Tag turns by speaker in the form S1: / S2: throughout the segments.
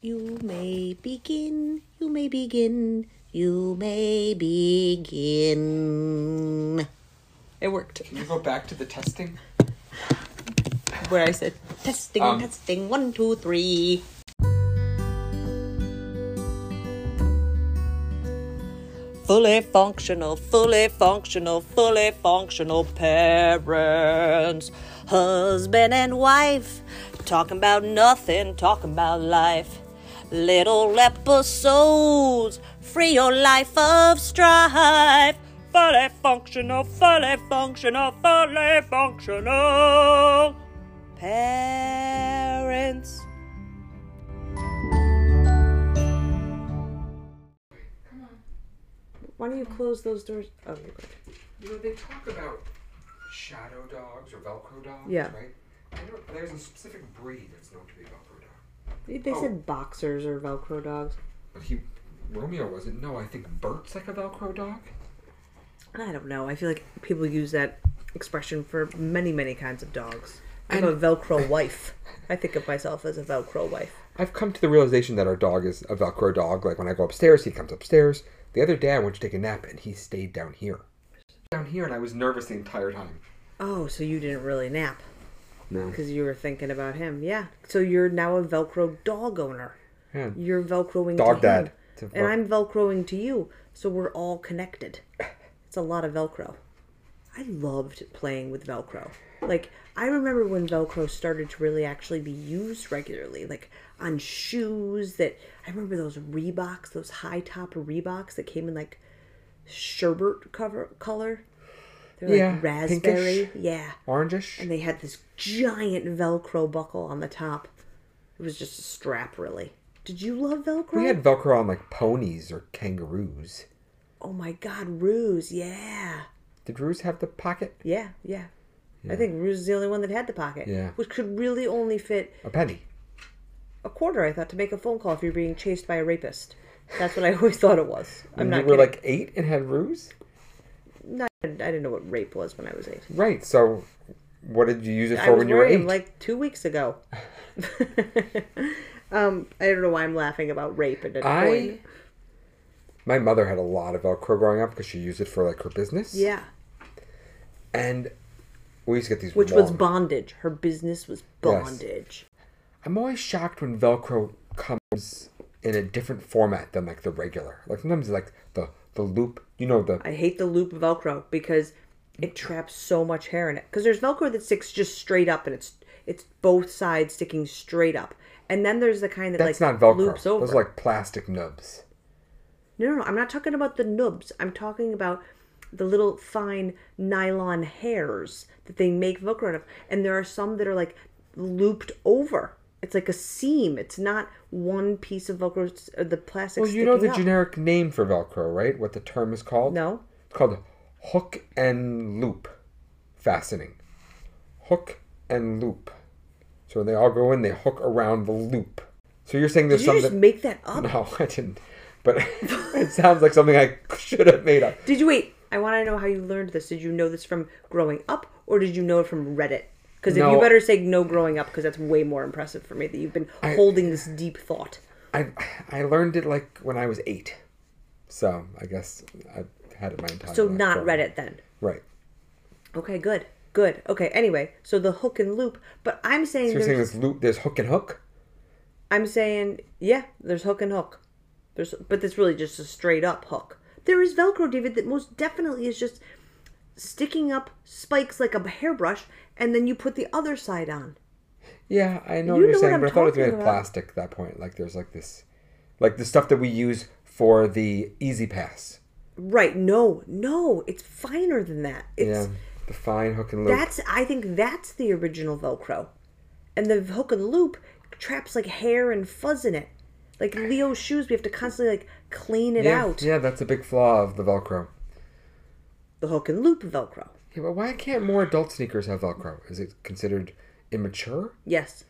S1: You may begin, you may begin, you may begin.
S2: It worked.
S3: Can you go back to the testing?
S1: Where I said, testing,
S3: Um.
S1: testing, one, two, three. Fully functional, fully functional, fully functional parents. Husband and wife, talking about nothing, talking about life. Little episodes, free your life of strife. Fully functional, fully functional, fully functional parents. Why don't you close those doors? Oh, you're good.
S3: You know, they talk about shadow dogs or Velcro dogs,
S1: Yeah.
S3: right? I don't, there's a specific breed that's known to be a Velcro dog.
S1: They- They
S3: Oh.
S1: said boxers or Velcro dogs.
S3: But he, Romeo wasn't. No, I think Bert's like a Velcro dog.
S1: I don't know. I feel like people use that expression for many, many kinds of dogs. I'm a Velcro wife. I think of myself as a Velcro wife.
S3: I've come to the realization that our dog is a Velcro dog. Like when I go upstairs, he comes upstairs. The other day I went to take a nap and he stayed down here. Down here, and I was nervous the entire time.
S1: Oh, so you didn't really nap
S3: No.
S1: because you were thinking about him. Yeah. So you're now a Velcro dog owner.
S3: Yeah.
S1: You're Velcroing to
S3: Dog
S1: him,
S3: dad. It's a
S1: and
S3: Vel-
S1: I'm Velcroing to you. So we're all connected. It's a lot of Velcro. I loved playing with Velcro. Like I remember when Velcro started to really actually be used regularly, like on shoes. That I remember those Reeboks, those high top Reeboks that came in like sherbet cover color. They're like
S3: Yeah,
S1: raspberry.
S3: pinkish.
S1: Yeah,
S3: Orangish.
S1: and they had this giant Velcro buckle on the top. It was just a strap, really. Did you love Velcro?
S3: we had Velcro on like ponies or kangaroos.
S1: oh my God, Ruse, yeah.
S3: Did Ruse have the pocket?
S1: yeah, yeah, I think Ruse is the only one that had the pocket,
S3: Yeah.
S1: which could really only fit
S3: A penny.
S1: a quarter. I thought to make a phone call if you're being chased by a rapist. That's what I always thought it was. I'm
S3: we
S1: not
S3: were
S1: kidding.
S3: like eight and had Ruse?
S1: No, I didn't- I didn't know what rape was when I was eight.
S3: Right, so what did you use it
S1: I
S3: for
S1: was
S3: when you were
S1: wearing
S3: eight?
S1: them like two weeks ago. um, I don't know why I'm laughing about rape and
S3: I. My mother had a lot of Velcro growing up because she used it for like her business.
S1: yeah.
S3: And we used to get these.
S1: which was
S3: long-
S1: bondage. Her business was bondage.
S3: I'm always shocked when Velcro comes in a different format than like the regular. Like sometimes like the the loop, you know the
S1: I hate the loop Velcro because it traps so much hair in it. Because there's Velcro that sticks just straight up, and it's it's both sides sticking straight up. And then there's the kind that
S3: that's
S1: like
S3: not Velcro.
S1: loops over.
S3: Those are like plastic nubs.
S1: no, no, no, I'm not talking about the nubs. I'm talking about the little fine nylon hairs that they make Velcro out of. And there are some that are like looped over. It's like a seam. It's not one piece of Velcro. It's, uh, the plastic.
S3: Well, you know
S1: sticking
S3: the
S1: up.
S3: generic name for Velcro, right? What the term is called?
S1: No.
S3: It's called hook and loop fastening. Hook and loop. So when they all go in, they hook around the loop. So you're saying there's
S1: Did you just
S3: something
S1: make that up?
S3: No, I didn't. But it sounds like something I should have made up.
S1: Did you wait? I want to know how you learned this. Did you know this from growing up, or did you know it from Reddit? Because if you
S3: No.
S1: better say no growing up, because that's way more impressive for me that you've been holding this deep thought.
S3: I I learned it like when I was eight, so I guess I've had it my entire.
S1: So
S3: life,
S1: not
S3: but-
S1: Reddit then.
S3: Right.
S1: Okay, good, good. Okay, anyway, so the hook and loop. But I'm saying,
S3: So you're
S1: there's,
S3: saying there's loop, there's hook and hook.
S1: I'm saying, yeah, there's hook and hook. There's, but it's really just a straight up hook. There is Velcro, David, that most definitely is just sticking up spikes like a hairbrush, and then you put the other side on.
S3: Yeah, I know
S1: You
S3: what you're
S1: know what
S3: saying,
S1: I'm
S3: but I thought it was made
S1: talking
S3: of
S1: about.
S3: plastic at that point. Like there's like this, like the stuff that we use for the Easy Pass.
S1: Right. No, no, it's finer than that. It's
S3: Yeah, the fine hook and loop.
S1: that's I think that's the original Velcro. And the hook and loop traps like hair and fuzz in it. Like Leo's shoes, we have to constantly like clean it
S3: yeah,
S1: out.
S3: yeah, that's a big flaw of the Velcro.
S1: The hook and loop Velcro.
S3: Yeah, but why can't more adult sneakers have Velcro? Is it considered immature?
S1: Yes.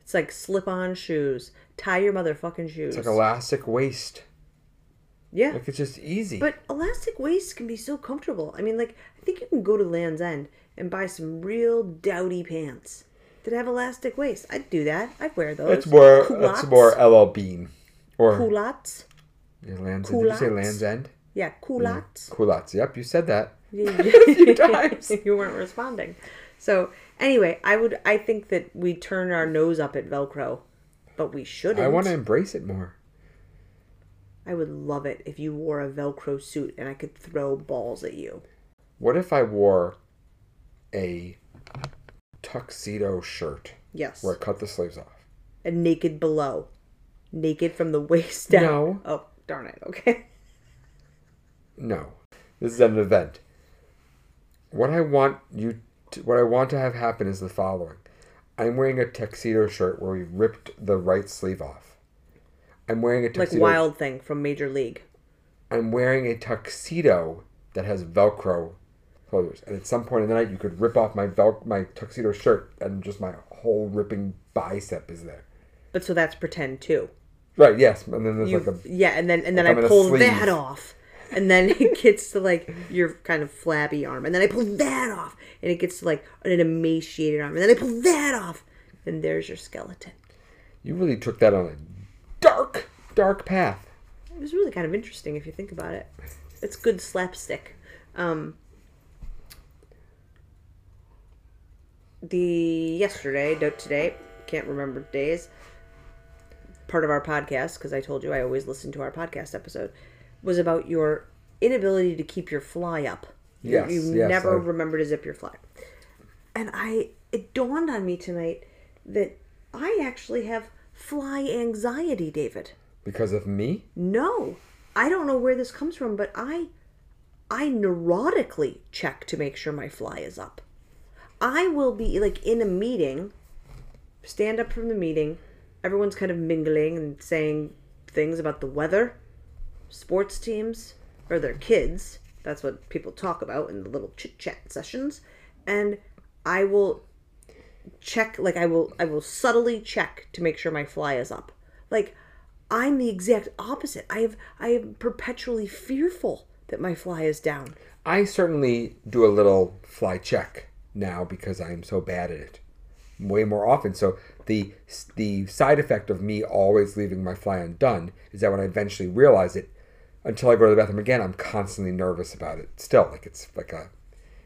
S1: It's like slip on shoes. Tie your motherfucking shoes.
S3: It's like elastic waist.
S1: yeah.
S3: Like it's just easy.
S1: But elastic waists can be so comfortable. I mean, like, I think you can go to Land's End and buy some real dowdy pants that have elastic waists. I'd do that. I'd wear those.
S3: It's more
S1: Culottes.
S3: it's more LL Bean or
S1: culottes.
S3: Yeah, Land's End. Did you say
S1: culottes.
S3: Land's End?
S1: Yeah, culottes.
S3: Culottes. Yep, you said that. Mm. times.
S1: you weren't responding. So anyway, I would. I think that we turn our nose up at Velcro, but we shouldn't.
S3: I want to embrace it more.
S1: I would love it if you wore a Velcro suit and I could throw balls at you.
S3: What if I wore a tuxedo shirt
S1: Yes.
S3: where I cut the sleeves off?
S1: And naked below, naked from the waist down.
S3: No.
S1: Oh darn it. Okay.
S3: No, this is an event. What I want you, to, what I want to have happen is the following: I'm wearing a tuxedo shirt where we ripped the right sleeve off. I'm wearing a
S1: Like
S3: tuxedo.
S1: Wild Thing from Major League.
S3: I'm wearing a tuxedo that has Velcro closures, and at some point in the night, you could rip off my vel- my tuxedo shirt, and just my whole ripping bicep is there.
S1: But so that's pretend too.
S3: Right? Yes, and then there's
S1: You-
S3: like a
S1: yeah, and then and then
S3: like I'm in
S1: I
S3: a
S1: pull
S3: sleeve.
S1: that off, and then it gets to like your kind of flabby arm, and then I pull that off, and it gets to like an emaciated arm, and then I pull that off, and there's your skeleton.
S3: you really took that on a dark, dark path.
S1: It was really kind of interesting if you think about it. It's good slapstick. Um, the yesterday, no today, can't remember days. Part of our podcast because I told you I always listen to our podcast episode was about your inability to keep your fly up. You-
S3: Yes,
S1: you,
S3: yes,
S1: never
S3: I-
S1: remember to zip your fly. And I, it dawned on me tonight that I actually have fly anxiety, David
S3: Because of me?
S1: no i don't know where this comes from but i i neurotically check to make sure my fly is up i will be like in a meeting stand up from the meeting everyone's kind of mingling and saying things about the weather sports teams or their kids that's what people talk about in the little chit chat sessions and i will check like i will i will subtly check to make sure my fly is up like i'm the exact opposite i have i am perpetually fearful that my fly is down
S3: I certainly do a little fly check now because I am so bad at it, way more often. So the the side effect of me always leaving my fly undone is that when I eventually realize it, until I go to the bathroom again, I'm constantly nervous about it. Still, like it's like a,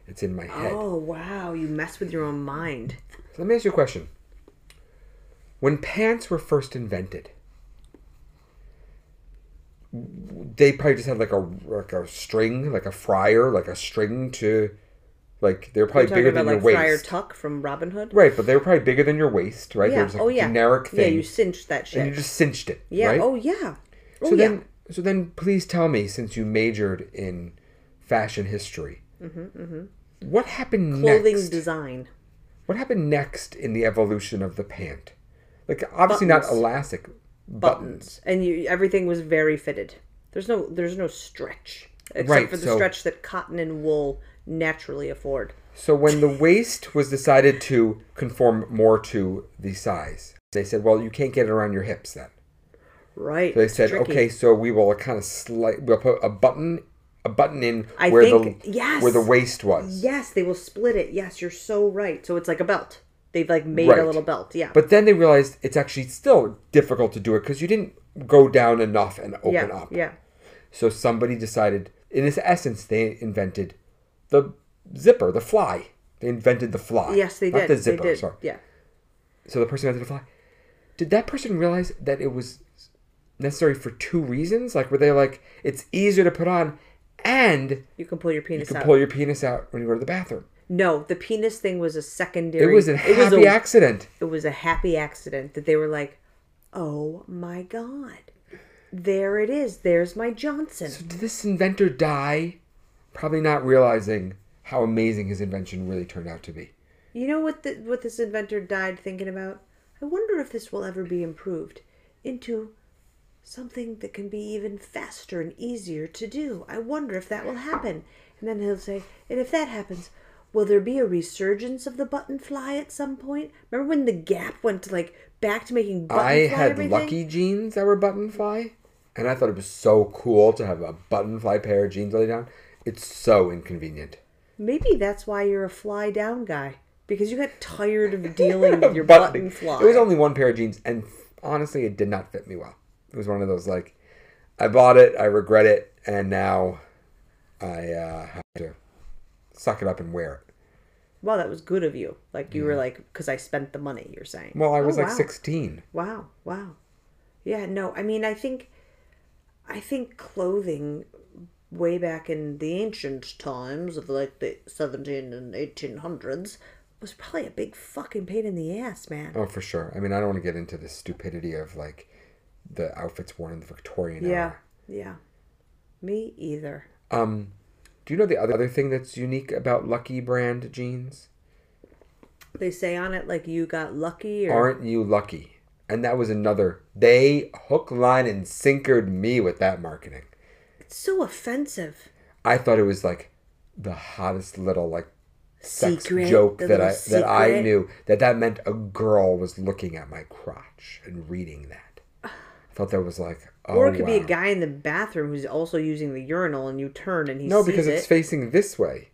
S3: it's in my head.
S1: oh wow you mess with your own mind
S3: So let me ask you a question. When pants were first invented, they probably just had like a like a string, like a fryer, like a string to, like they were
S1: You're
S3: probably
S1: talking
S3: bigger
S1: about
S3: than your
S1: like
S3: waist,
S1: Friar Tuck from Robin Hood
S3: right? But they were probably bigger than your waist, right? There
S1: yeah
S3: was like
S1: oh
S3: a
S1: yeah
S3: generic
S1: yeah
S3: thing,
S1: you cinched that shit
S3: and you just cinched it,
S1: yeah
S3: right?
S1: oh yeah oh
S3: so
S1: yeah
S3: then, so then, please tell me, since you majored in fashion history, what happened
S1: Mm-hmm, clothing
S3: next?
S1: design
S3: What happened next in the evolution of the pant? Like obviously not
S1: Buttons.
S3: elastic buttons.
S1: buttons and you everything was very fitted there's no there's no stretch except
S3: Right,
S1: for the
S3: so-
S1: stretch that cotton and wool naturally afford
S3: So when the waist was decided to conform more to the size, they said, "Well, you can't get it around your hips then."
S1: right
S3: They
S1: it's
S3: said,
S1: tricky.
S3: "Okay, so we will kind of slight. We'll put a button, a button in
S1: I
S3: where
S1: think-
S3: the
S1: yes.
S3: where the waist was."
S1: yes they will split it yes you're so right so it's like a belt they've like made
S3: Right.
S1: a little belt yeah
S3: But then they realized it's actually still difficult to do it because you didn't go down enough and open
S1: yeah
S3: up.
S1: yeah
S3: So somebody decided, in its essence, they invented the zipper, the fly. They invented the fly.
S1: yes they
S3: Not
S1: did
S3: the zipper,
S1: they did
S3: sorry.
S1: yeah
S3: So the person invented the fly. Did that person realize that it was necessary for two reasons? Like, were they like, it's easier to put on and
S1: you can pull your penis
S3: you can
S1: out
S3: pull your penis out when you go to the bathroom?
S1: no the penis thing was a secondary
S3: It was a happy
S1: was a-
S3: accident.
S1: it was a happy accident that they were like oh my god there it is there's my johnson
S3: So did this inventor die? Probably not realizing how amazing his invention really turned out to be.
S1: You know what the, what this inventor died thinking about? I wonder if this will ever be improved into something that can be even faster and easier to do. I wonder if that will happen. And then he'll say, and if that happens, will there be a resurgence of the button fly at some point? Remember when the Gap went to like back to making button
S3: I
S1: fly
S3: had
S1: everything?
S3: lucky jeans that were button fly, and I thought it was so cool to have a button fly pair of jeans laid down. It's so inconvenient.
S1: Maybe that's why you're a fly down guy because you got tired of dealing with your
S3: Button-
S1: button fly.
S3: It was only one pair of jeans, and honestly, it did not fit me well. It was one of those like, I bought it, I regret it, and now I uh, have to suck it up and wear it.
S1: wow, that was good of you. Like you were like, because I spent the money. You're saying.
S3: Well, I
S1: Oh,
S3: was like
S1: wow.
S3: 16.
S1: Wow, wow. Yeah, no, I mean, I think, I think clothing way back in the ancient times of like the 17 and 1800s was probably a big fucking pain in the ass, man.
S3: Oh, for sure. I mean, I don't want to get into the stupidity of like the outfits worn in the Victorian
S1: yeah,
S3: era.
S1: yeah. Me either.
S3: Um, do you know the other other thing that's unique about Lucky brand jeans?
S1: They say on it like you got lucky or
S3: Aren't you lucky? And that was another. They hook, line, and sinkered me with that marketing.
S1: it's so offensive.
S3: I thought it was like the hottest little like sex
S1: Secret,
S3: joke
S1: the
S3: that I
S1: little
S3: that I
S1: secret.
S3: knew that that meant a girl was looking at my crotch and reading that. I thought that was like oh,
S1: Or it could be a
S3: wow.
S1: guy in the bathroom who's also using the urinal and you turn and he
S3: No,
S1: sees
S3: because
S1: it.
S3: it's facing this way.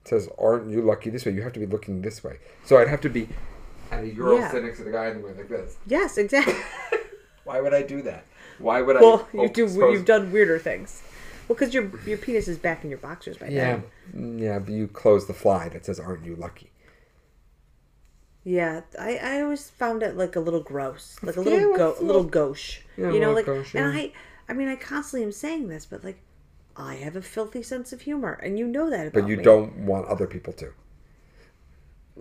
S3: It says, "Aren't you lucky this way?" You have to be looking this way. So I'd have to be. And a girl
S1: Yeah.
S3: sitting next to the guy in the way like this.
S1: yes, exactly.
S3: Why would I do that? Why would
S1: Well,
S3: I? oh,
S1: you do.
S3: expose-
S1: You've done weirder things. Well, because your your penis is back in your boxers by
S3: Yeah, mm,
S1: then.
S3: yeah. But you close the fly that says, "Aren't you lucky?"
S1: Yeah, I, I always found it like a little gross, like a
S3: Yeah,
S1: little
S3: well,
S1: go,
S3: it's a
S1: a little gauche.
S3: Yeah, a
S1: you know,
S3: little
S1: like
S3: gauche,
S1: and
S3: yeah.
S1: I I mean I constantly am saying this, but like I have a filthy sense of humor, and you know that about
S3: But you
S1: me.
S3: don't want other people to.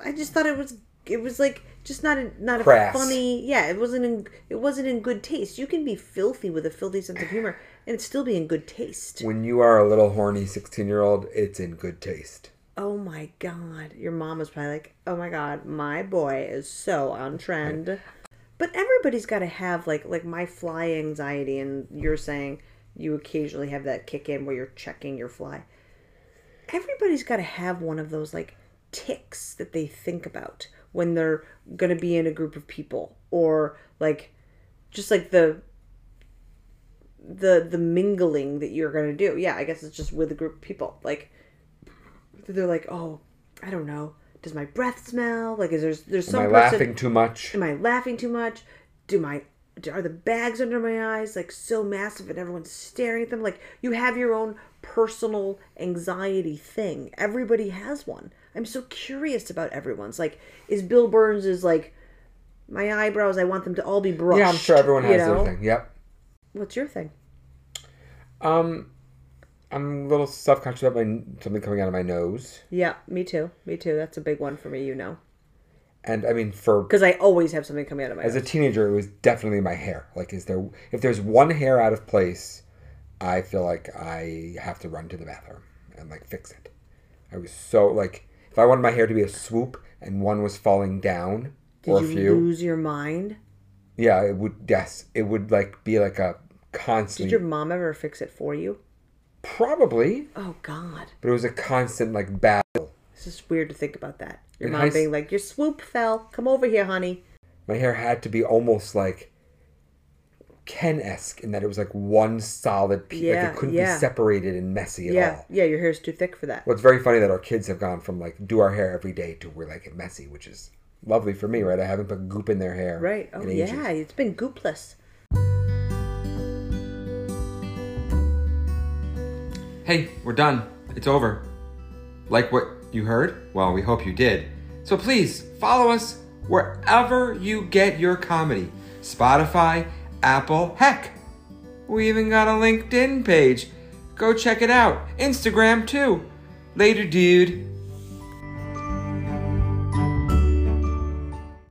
S1: I just thought it was it was like just not a, not a
S3: Crass.
S1: funny. Yeah, it wasn't in it wasn't in good taste. You can be filthy with a filthy sense of humor and still be in good taste.
S3: When you are a little horny 16 year old, it's in good taste.
S1: Oh my god. Your mom was probably like, Oh my god, my boy is so on trend. But everybody's gotta have like like my fly anxiety and you're saying you occasionally have that kick in where you're checking your fly. Everybody's gotta have one of those like ticks that they think about when they're gonna be in a group of people or like just like the the the mingling that you're gonna do. Yeah, I guess it's just with a group of people. Like they're like, oh, I don't know. Does my breath smell? Like, is there's there's
S3: Am
S1: some
S3: I
S1: person?
S3: laughing too much?
S1: Am I laughing too much? Do my do- are the bags under my eyes like so massive and everyone's staring at them? Like you have your own personal anxiety thing. Everybody has one. I'm so curious about everyone's. Like, is Bill Burns is like my eyebrows? I want them to all be brushed.
S3: Yeah, I'm sure everyone
S1: you
S3: has
S1: know?
S3: their thing. Yep.
S1: What's your thing?
S3: Um, I'm a little self conscious about my something coming out of my nose,
S1: Yeah, me too. Me too. That's a big one for me. You know,
S3: and I mean for
S1: because I always have something coming out of my.
S3: as
S1: nose.
S3: a teenager, it was definitely my hair. Like, is there if there's one hair out of place, I feel like I have to run to the bathroom and like fix it. I was so like if I wanted my hair to be a swoop and one was falling down
S1: Did
S3: or a
S1: you
S3: few.
S1: lose your mind?
S3: Yeah, it would. Yes, it would like be like a
S1: Did
S3: constant.
S1: your mom ever fix it for you?
S3: Probably,
S1: Oh God,
S3: but it was a constant like battle.
S1: it's just weird to think about that. Your
S3: In high
S1: mom
S3: s-
S1: being like, "Your swoop fell. Come over here, honey."
S3: My hair had to be almost like Ken-esque in that it was like one solid piece. like
S1: Yeah,
S3: it couldn't
S1: yeah.
S3: be separated and messy at
S1: Yeah,
S3: all.
S1: yeah. Your hair's too thick for that.
S3: Well, it's very funny that our kids have gone from like do our hair every day to we're like messy, which is lovely for me, right? I haven't put goop in their hair.
S1: Right? Oh
S3: in ages.
S1: yeah, it's been goopless.
S3: Hey, we're done. It's over. Like what you heard? Well, we hope you did. So please follow us wherever you get your comedy Spotify, Apple, heck, we even got a LinkedIn page. Go check it out. Instagram, too. Later, dude.